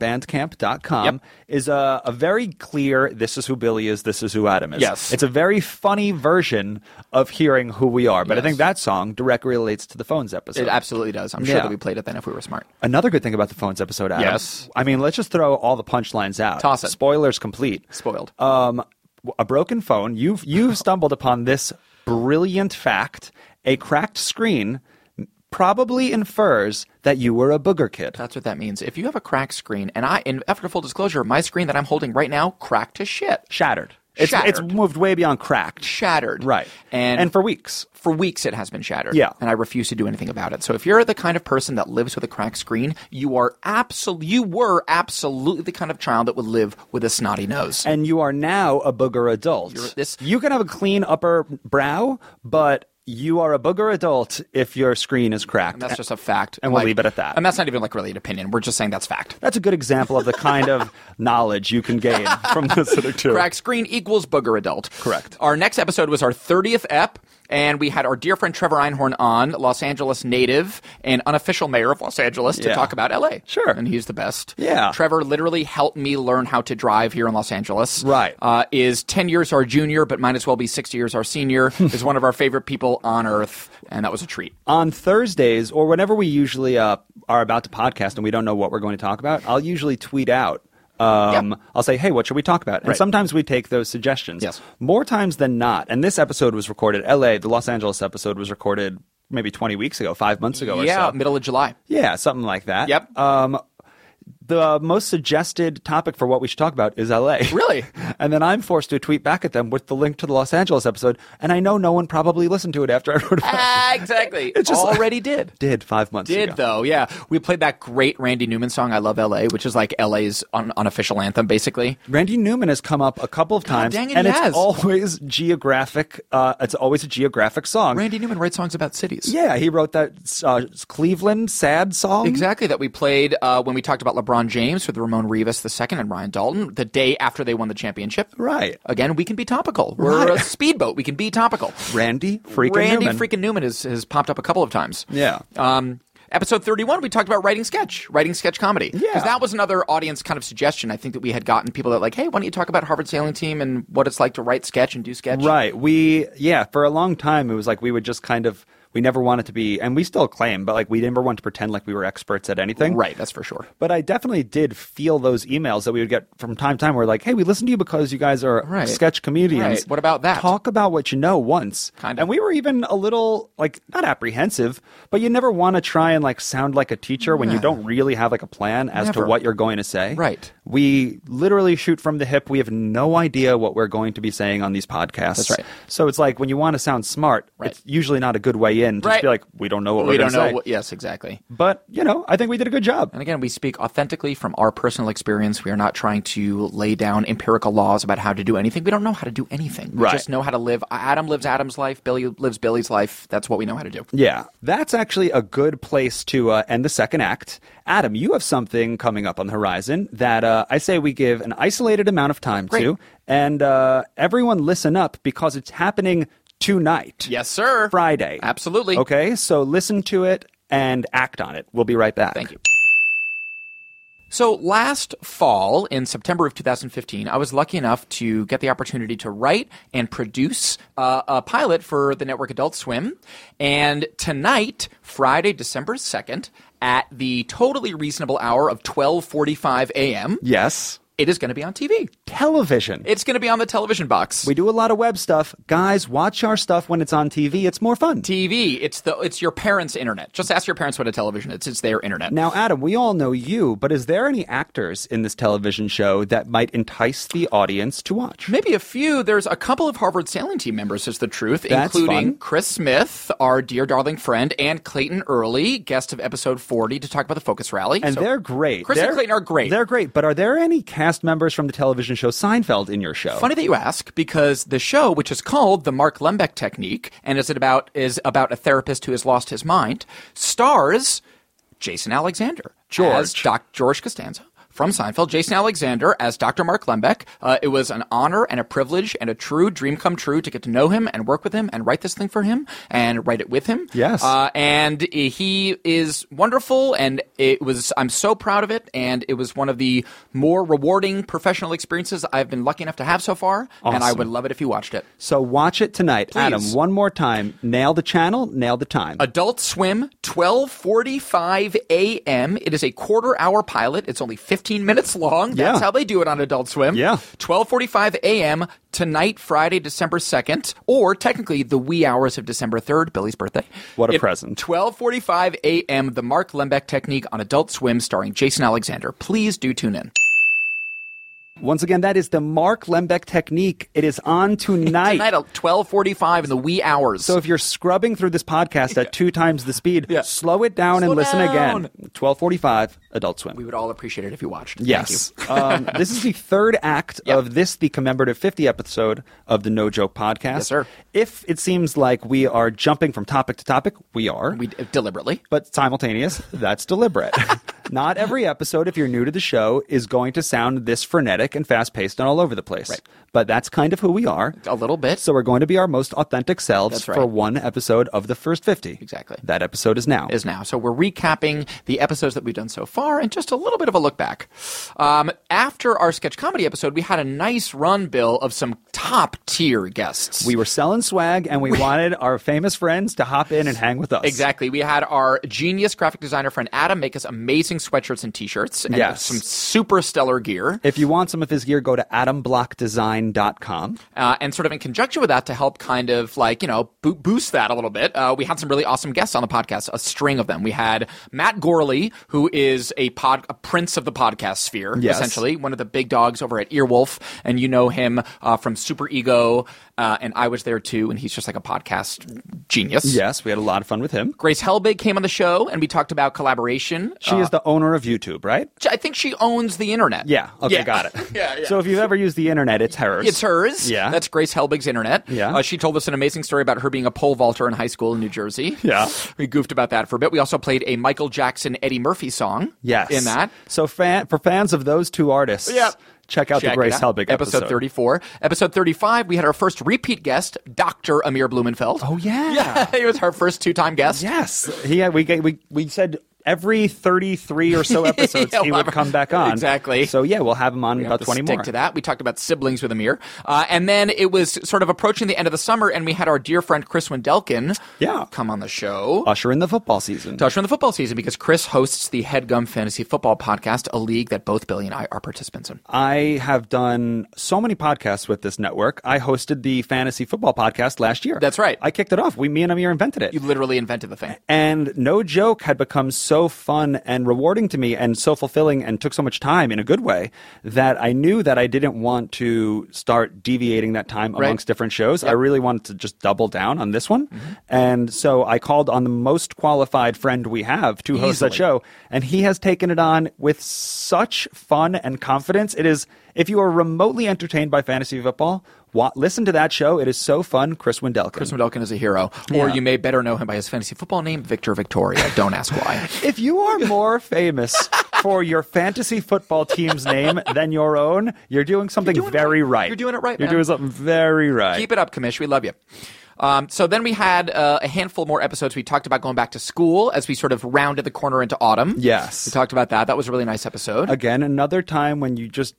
snakesmusic.bandcamp.com, Yep. is a, a very clear this is who Billy is, this is who Adam is. Yes. It's a very funny version of hearing who we are. But I Yes. think that song directly relates to the phones episode. it absolutely does. I'm sure Yeah. that we played it then if we were smart. Another good thing about the phones episode, Adam. Yes. I mean, let's just throw all the punchlines out. Toss it. Spoilers complete. Spoiled. Um, w- a broken phone. You've you've stumbled upon this brilliant fact. A cracked screen probably infers that you were a booger kid. That's what that means. If you have a cracked screen, and I, in effort full disclosure, my screen that I'm holding right now cracked to shit, Shattered. It's, it's Shattered. moved way beyond cracked. shattered. Right. and and for weeks. for weeks it has been shattered. Yeah. And I refuse to do anything about it. So if you're the kind of person that lives with a cracked screen, you are absol- you were absolutely the kind of child that would live with a snotty nose. and you are now a booger adult. this- you can have a clean upper brow, but you are a booger adult if your screen is cracked. that's just a fact. and we'll Like- leave it at that. And that's not even like really an opinion. We're just saying that's fact. That's a good example of the kind of knowledge you can gain from listening to. Crack screen equals booger adult. Correct. Our next episode was our 30th ep, and we had our dear friend Trevor Einhorn on, Los Angeles native and unofficial mayor of Los Angeles, to Yeah. talk about LA. Sure. And he's the best. Yeah. Trevor literally helped me learn how to drive here in Los Angeles. Right. Uh, is 10 years our junior, but might as well be 60 years our [laughs] senior. is one of our favorite people on earth, and that was a treat. On Thursdays, or whenever we usually uh, are about to podcast and we don't know what we're going to talk about, I'll usually tweet out. Um, Yep. I'll say, hey, what should we talk about? And Right. sometimes we take those suggestions. Yes. More times than not. And this episode was recorded, LA, the Los Angeles episode was recorded maybe 20 weeks ago, five months ago or so. yeah, middle of [laughs] July. Yeah, something like that. Yep. Um, the most suggested topic for what we should talk about is [laughs] LA. Really? And then I'm forced to tweet back at them with the link to the Los Angeles episode, and I know no one probably listened to it after I wrote about Ah, exactly. It's just like- already did. it. Did five months Did ago. though, yeah. We played that great Randy Newman song "I Love L.A.," which is like L.A.'s un- unofficial anthem, basically. Randy Newman has come up a couple of times, dang it, and he it's has. always geographic. Uh, it's always a geographic song. Randy Newman writes songs about cities. yeah, he wrote that uh, Cleveland sad song. Exactly, that we played uh, when we talked about LeBron James with Ramon Rivas II and Ryan Dalton the day after they won the championship. Right. Again, we can be topical. We're Right. a speedboat. We can be topical. [laughs] Randy freaking Randy Newman. freaking Newman has, has popped up a couple of times. Yeah. Um, episode 31, we talked about writing sketch, writing sketch comedy. Yeah. Because that was another audience kind of suggestion I think that we had gotten people that, like, hey, why don't you talk about Harvard Sailing Team and what it's like to write sketch and do sketch? Right. We yeah, for a long time it was like we would just kind of we never wanted to be and we still claim, but like we never want to pretend like we were experts at anything. Right, that's for sure. But I definitely did feel those emails that we would get from time to time where like, hey, we listen to you because you guys are Right. sketch comedians. Right. What about that? Talk about what you know once. Kind of. And we were even a little like not apprehensive, but you never want to try and like sound like a teacher when you don't really have like a plan as to Never. what you're going to say. Right. We literally shoot from the hip. We have no idea what we're going to be saying on these podcasts. That's right. So it's like when you want to sound smart, Right. it's usually not a good way in to just Right. be like, we don't know what we we're don't going to know. say. What, yes, exactly. But, you know, I think we did a good job. And again, we speak authentically from our personal experience. We are not trying to lay down empirical laws about how to do anything. We don't know how to do anything. We Right. just know how to live. Adam lives Adam's life. Billy lives Billy's life. That's what we know how to do. Yeah, that's actually a good place to uh, end the second act. Adam, you have something coming up on the horizon that uh, I say we give an isolated amount of time Great. to. And uh, everyone listen up because it's happening tonight. Yes, sir. Friday. Absolutely. Okay, so listen to it and act on it. We'll be right back. Thank you. So last fall, in September of 2015, I was lucky enough to get the opportunity to write and produce uh, a pilot for the network Adult Swim. And tonight, Friday, December 2nd, at the totally reasonable hour of 12:45 a.m., Yes. it is going to be on TV. Television. It's going to be on the television box. we do a lot of web stuff. Guys, watch our stuff when it's on TV. It's more fun. TV. It's the it's your parents' internet. Just ask your parents what a television is. It's their internet. Now, Adam, we all know you, but is there any actors in this television show that might entice the audience to watch? Maybe a few. There's a couple of Harvard sailing team members, is the truth, That's including fun. Chris Smith, our dear darling friend, and Clayton Early, guest of episode 40, to talk about the Focus Rally. And So- they're great. Chris they're, and Clayton are great. They're great. But are there any cast members from the television show Seinfeld in your show? Funny that you ask, because the show, which is called the Mark Lembeck Technique, and is it about is about a therapist who has lost his mind, stars Jason Alexander, George. as Doc George Costanza, from Seinfeld, Jason Alexander as Dr. Mark Lembeck. Uh, it was an honor and a privilege and a true dream come true to get to know him and work with him and write this thing for him and write it with him. Yes. Uh, and he is wonderful, and it was I'm so proud of it, and it was one of the more rewarding professional experiences I've been lucky enough to have so far. And I Awesome. would love it if you watched it. So watch it tonight, Adam. Please. One more time. Nail the channel. Nail the time. Adult Swim, 12:45 a.m. It is a quarter hour pilot. It's only 15 minutes long. That's Yeah. how they do it on Adult Swim. Yeah. 12:45 a.m. tonight, Friday, December 2nd, or technically the wee hours of December 3rd, Billy's birthday. What a It- present. 12:45 a.m. The Mark Lembeck Technique on Adult Swim, starring Jason Alexander. Please do tune in. Once again, that is the Mark Lembeck technique. It is on tonight. Tonight at 12:45 in the wee hours. so if you're scrubbing through this podcast at two times the speed, Yeah. slow it down Slow and listen down. again. 1245, Adult Swim. we would all appreciate it if you watched. Thank Yes. you. um, this is the third act Yep. of this, the commemorative 50 episode of the No Joke podcast. Yes, sir. If it seems like we are jumping from topic to topic, we are. We uh, deliberately. but simultaneous, that's [laughs] deliberate. Not every episode, if you're new to the show, is going to sound this frenetic and fast paced and all over the place. Right. But that's kind of who we are. A little bit. So we're going to be our most authentic selves That's right. for one episode of the first 50. Exactly. That episode is now. is now. So we're recapping the episodes that we've done so far and just a little bit of a look back. Um, after our sketch comedy episode, we had a nice run, Bill, of some top tier guests. we were selling swag [laughs] and we wanted our famous friends to hop in and hang with us. Exactly. We had our genius graphic designer friend Adam make us amazing sweatshirts and t-shirts and Yes. some super stellar gear. If you want some of his gear, go to adamblockdesign.com. Uh, and sort of in conjunction with that to help kind of like, you know, bo- boost that a little bit, uh, we had some really awesome guests on the podcast, a string of them. We had Matt Gorley, who is a pod, a prince of the podcast sphere, Yes. essentially, one of the big dogs over at Earwolf. And you know him uh, from Super Ego, uh, and I was there too, and he's just like a podcast genius. Yes, we had a lot of fun with him. Grace Helbig came on the show, and we talked about collaboration. She is the owner of YouTube, right? I think she owns the internet. Yeah. Okay, Yeah. got it. [laughs] Yeah, yeah. So if you've ever used the internet, it's hers. It's hers. Yeah. That's Grace Helbig's internet. Yeah. Uh, she told us an amazing story about her being a pole vaulter in high school in New Jersey. Yeah. We goofed about that for a bit. We also played a Michael Jackson Eddie Murphy song. Yes. In that. So fan, for fans of those two artists, Yep. check out Check the Grace it out. Helbig episode, episode. 34. Episode 35, we had our first repeat guest, Dr. Amir Blumenfeld. Oh, yeah. [laughs] Yeah. he was our first two time guest. Yes. He, we, ga- we, we said every 33 [laughs] or so episodes Yeah, he would well, come back on. exactly. So yeah, we'll have him on in We have about to 20 stick more. to that. We talked about siblings with Amir, uh, and then it was sort of approaching the end of the summer, and we had our dear friend Chris Wendelkin, Yeah. come on the show. Usher in the football season. to usher in the football season because Chris hosts the Headgum Fantasy Football Podcast, a league that both Billy and I are participants in. I have done so many podcasts with this network. I hosted the fantasy football podcast last year. That's right. I kicked it off. We, me and Amir invented it. You literally invented the thing. and no joke had become so fun and rewarding to me and so fulfilling and took so much time in a good way that I knew that I didn't want to start deviating that time Right. amongst different shows. I really wanted to just double down on this one. Mm-hmm. And so I called on the most qualified friend we have to host that Easily. show. And he has taken it on with such fun and confidence. It is, if you are remotely entertained by fantasy football, wa- listen to that show. It is so fun. Chris Wendelkin. Chris Mendelkin is a hero, or you may better know him by his fantasy football name, Victor Victoria. Don't ask [laughs] why. If you [laughs] are more famous for your fantasy football team's name than your own, you're doing something doing it very right. right. You're doing it right, You're man. doing something very right. Keep it up, Kamish. We love you. Um, so then we had uh, a handful more episodes. We talked about going back to school as we sort of rounded the corner into autumn. Yes. We talked about that. That was a really nice episode. Again, another time when you just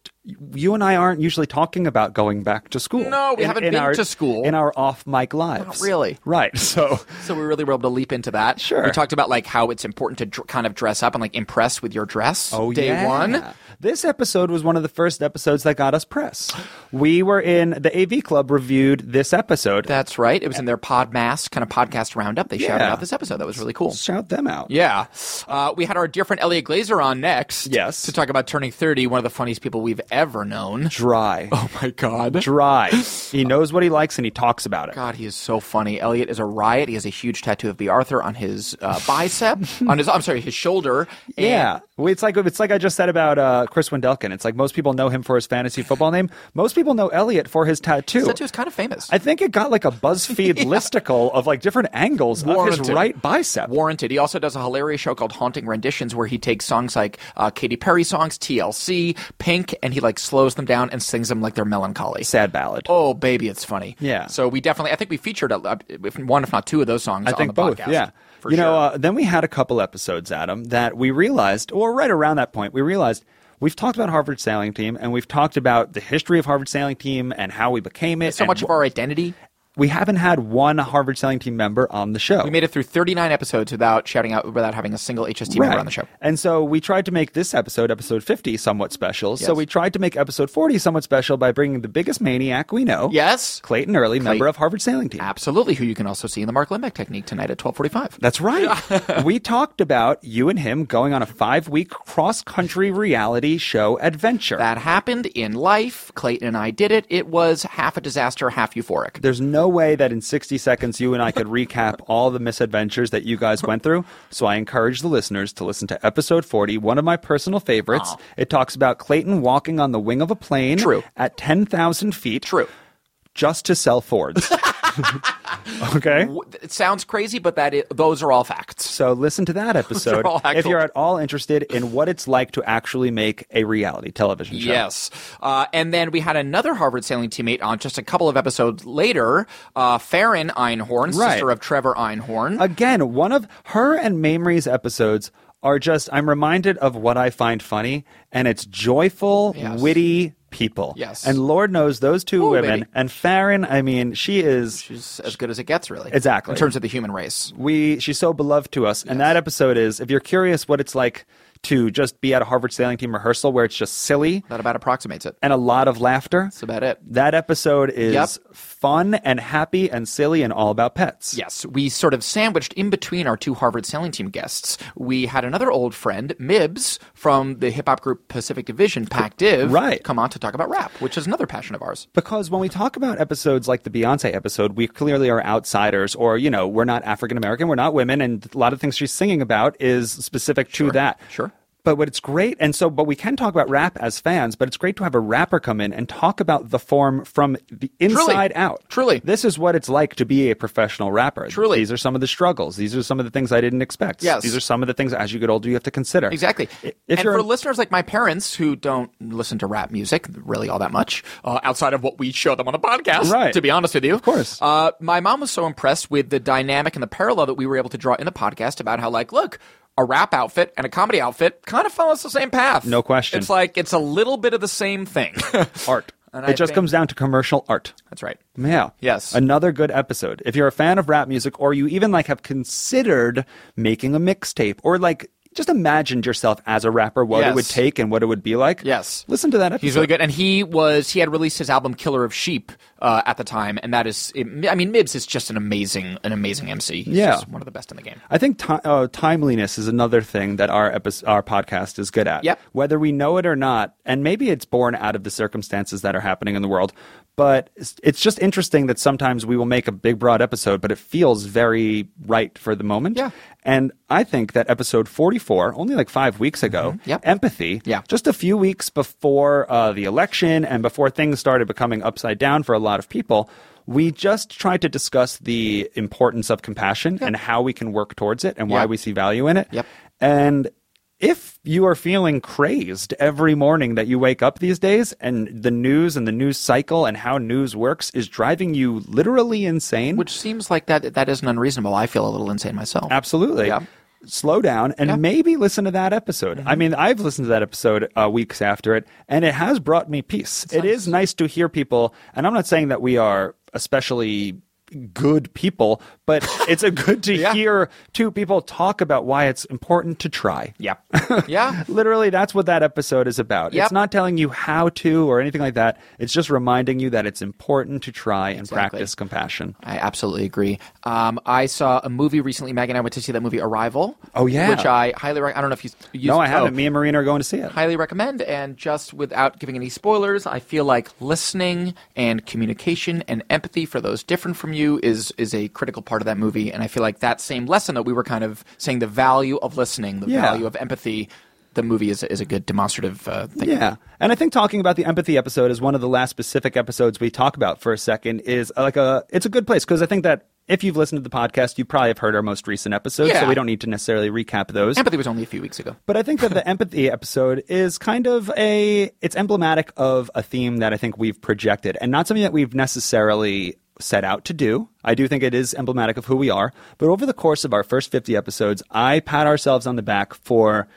you and I aren't usually talking about going back to school. No, we haven't been our, to school. in our off mic lives. really. Right. [laughs] So So we really were able to leap into that. Sure. We talked about like how it's important to dr- kind of dress up and like impress with your dress. day Oh, yeah. one. This episode was one of the first episodes that got us press. We were in the AV Club reviewed this episode. That's right. It was in their pod mass kind of podcast roundup. They shouted Yeah. out this episode. That was really cool. Shout them out. Yeah. Uh, we had our dear friend Elliot Glazer on next. Yes. To talk about turning 30, one of the funniest people we've ever [laughs] known. Dry. Oh my god. Dry. He knows what he likes and he talks about it. God, he is so funny. Elliot is a riot. He has a huge tattoo of B. Arthur on his uh, [laughs] bicep, on his I'm sorry, his shoulder. And- Yeah, Well, it's like it's like I just said about uh, Chris Wendelkin. It's like most people know him for his fantasy football name. Most people know Elliot for his tattoo. His tattoo is kind of famous. I think it got like a [laughs] BuzzFeed listicle of like different angles of his Warranted. right bicep. Warranted. He also does a hilarious show called Haunting Renditions where he takes songs like uh, Katy Perry songs, TLC, Pink, and he like slows them down and sings them like they're melancholy. Sad ballad. Oh, baby, it's funny. Yeah. So we definitely, I think we featured a, a- if one, if not two of those songs I think on the both. podcast. Yeah. For you sure. know, uh, then we had a couple episodes, Adam, that we realized, or right around that point, we realized we've talked about Harvard sailing team and we've talked about the history of Harvard sailing team and how we became it. so and much of wh- our identity. we haven't had one Harvard sailing team member on the show. We made it through 39 episodes without shouting out, without having a single HST member on the show. And so we tried to make this episode, episode 50, somewhat special. So Yes. we tried to make episode 40 somewhat special by bringing the biggest maniac we know. Yes. Clayton Early, member of Harvard Sailing Team. Absolutely, who you can also see in the Mark Lembeck technique tonight at 1245. [laughs] That's right. we talked about you and him going on a five week cross country reality show adventure. That happened in life. Clayton and I did it. It was half a disaster, half euphoric. There's no way that in 60 seconds you and I [laughs] could recap all the misadventures that you guys went through. So I encourage the listeners to listen to episode 40, one of my personal favorites. It talks about Clayton walking on the wing of a plane True. at 10,000 feet. True. Just to [laughs] sell Fords. okay. W- It sounds crazy, but that i those are all facts. So listen [laughs] to that episode all if actual- you're at all interested in what it's like to actually make a reality television show. Yes. Uh, and then we had another Harvard sailing teammate on just a couple of episodes later, uh, Farron Einhorn, Right. sister of Trevor Einhorn. Again, one of her and Mamrie's episodes are just, I'm reminded of what I find funny, and it's joyful, Yes. witty people. Yes. And Lord knows those two Ooh, women. baby. And Farron, I mean, she is. She's as good as it gets, really. Exactly. In terms of the human race. we she's so beloved to us and that episode is if you're curious what it's like to just be at a harvard sailing team rehearsal where it's just silly That about approximates it. and a lot of laughter That's about it. that episode is Yep. fun and happy and silly and all about pets Yes, we sort of sandwiched in between our two Harvard sailing team guests. We had another old friend, Mibs, from the hip hop group Pacific Division, Pac Div, Right. come on to talk about rap, which is another passion of ours. Because when we talk about episodes like the Beyonce episode, we clearly are outsiders, or, you know, we're not African American, we're not women, and a lot of things she's singing about is specific to that. sure. But what it's great, and so, but we can talk about rap as fans, but it's great to have a rapper come in and talk about the form from the inside out. Truly. This is what it's like to be a professional rapper. Truly. These are some of the struggles. These are some of the things I didn't expect. Yes. These are some of the things as you get older you have to consider. Exactly. If and you're for a- listeners like my parents who don't listen to rap music really all that much, uh, outside of what we show them on the podcast, Right. to be honest with you. Of course. Uh, my mom was so impressed with the dynamic and the parallel that we were able to draw in the podcast about how, like, look, a rap outfit and a comedy outfit kind of follows the same path. No question. It's like, it's a little bit of the same [laughs] thing. art. And it I just think- comes down to commercial art. That's right. Yeah. Yes. Another good episode. If you're a fan of rap music or you even like have considered making a mixtape or like just imagined yourself as a rapper what it Yes. would take and what it would be like. Yes. Listen to that episode. He's really good, and he was he had released his album Killer of Sheep uh, at the time, and that is, I mean, Mibs is just an amazing, an amazing MC. He's Yeah. just one of the best in the game. I think ti- uh, timeliness is another thing that our epi- our podcast is good at. Yep. Whether we know it or not, and maybe it's born out of the circumstances that are happening in the world, but it's- it's just interesting that sometimes we will make a big broad episode, but it feels very right for the moment. Yeah. And I think that episode 44, only like five weeks ago, Mm-hmm. Yep. empathy, Yeah. just a few weeks before uh, the election and before things started becoming upside down for a lot of people, we just tried to discuss the importance of compassion and how we can work towards it and why Yeah. we see value in it. Yep. And if you are feeling crazed every morning that you wake up these days and the news and the news cycle and how news works is driving you literally insane, Which seems like that that isn't unreasonable. I feel a little insane myself. Absolutely. Yeah. Mm-hmm. Slow down and maybe listen to that episode. I mean, I've listened to that episode uh, weeks after it, and it has brought me peace. It is nice. to hear people, and I'm not saying that we are especially good people, [laughs] but it's a good to Yeah. hear two people talk about why it's important to try. Yep. yeah. [laughs] Literally, that's what that episode is about. Yep. It's not telling you how to or anything like that. It's just reminding you that it's important to try and practice compassion. I absolutely agree. Um, I saw a movie recently. Meg and I went to see that movie Arrival. Oh, yeah. which I highly rec I don't know if you. you no, I oh, haven't. Me and Marina are going to see it. highly recommend. And just without giving any spoilers, I feel like listening and communication and empathy for those different from you is is a critical part of that movie. And I feel like that same lesson that we were kind of saying the value of listening, the Yeah. value of empathy. The movie is is a good demonstrative uh, thing. Yeah. And I think talking about the empathy episode is one of the last specific episodes we talk about for a second is uh, like a it's a good place because I think that if you've listened to the podcast, you probably have heard our most recent episodes, so Yeah. we don't need to necessarily recap those. Empathy was only a few weeks ago. But I think that the empathy episode is kind of a it's emblematic of a theme that I think we've projected and not something that we've necessarily set out to do. I do think it is emblematic of who we are, but over the course of our first 50 episodes, I pat ourselves on the back for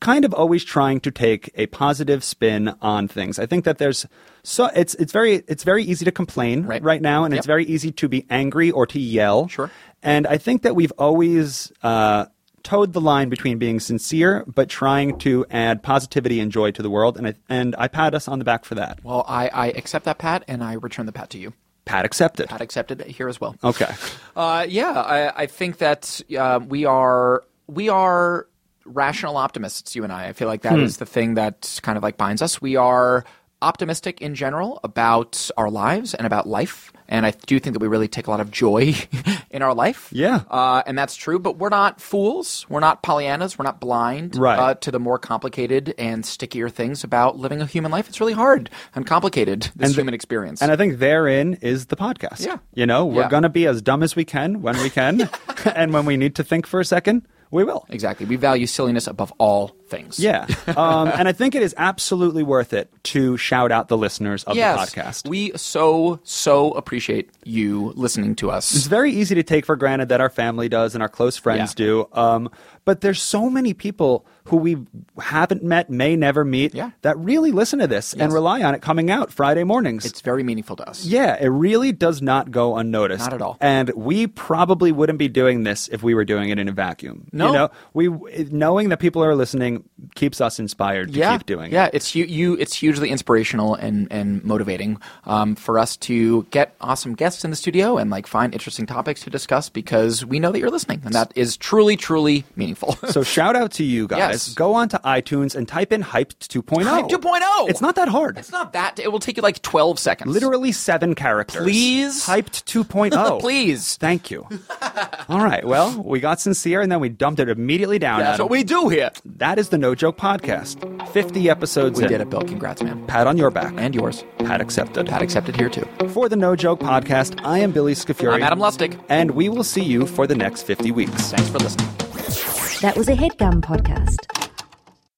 kind of always trying to take a positive spin on things. I think that there's so it's it's very it's very easy to complain Right. right, now and Yep. it's very easy to be angry or to yell. Sure. And I think that we've always uh, towed the line between being sincere but trying to add positivity and joy to the world. And I, and I pat us on the back for that. Well, I, I accept that, Pat, and I return the pat to you. Pat accepted. Pat accepted it here as well. Okay. Uh, yeah, I, I think that uh, we are we are rational optimists. You and I. I feel like that is Hmm. the thing that kind of like binds us. We are optimistic in general about our lives and about life. And I do think that we really take a lot of joy [laughs] in our life. Yeah. Uh, and that's true. But we're not fools. We're not Pollyannas. We're not blind Right. uh, to the more complicated and stickier things about living a human life. It's really hard and complicated, this the- human experience. And I think therein is the podcast. Yeah. You know, we're Yeah. going to be as dumb as we can when [laughs] we can. and when we need to think for a second, we will. exactly. We value silliness above all things. Yeah. Um, and I think it is absolutely worth it to shout out the listeners of the podcast. We so, so appreciate you listening to it's us. very easy to take for granted that our family does and our close friends Yeah. do. Um, but there's so many people who we haven't met, may never meet, Yeah. that really listen to this and rely on it coming out Friday mornings. It's very meaningful to us. yeah, it really does not go unnoticed. Not at all. And we probably wouldn't be doing this if we were doing it in a vacuum. No. You know, we knowing that people are listening keeps us inspired to yeah, keep doing yeah, it. it's hu- you. It's hugely inspirational and and motivating um, for us to get awesome guests in the studio and like find interesting topics to discuss because we know that you're listening and that is truly, truly meaningful. So shout out to you [laughs] guys. Yes. Go on to iTunes and type in hyped 2.0. Hyped oh. 2.0. It's not that [laughs] hard. it's not that it will take you like 12 seconds. Literally seven characters. Please? Hyped 2.0. [laughs] Please. Thank you. All right. Well, we got sincere and then we dumped it immediately down. that's Adam. what we do here. That is the No Joke Podcast. 50 episodes We in. did it, Bill. Congrats, man. Pat on your back. And yours. Pat accepted. Pat accepted here too. For the No Joke Podcast, I am Billy Scafuri. I'm Adam Lustig. And we will see you for the next 50 weeks. Thanks for listening. That was a headgum podcast.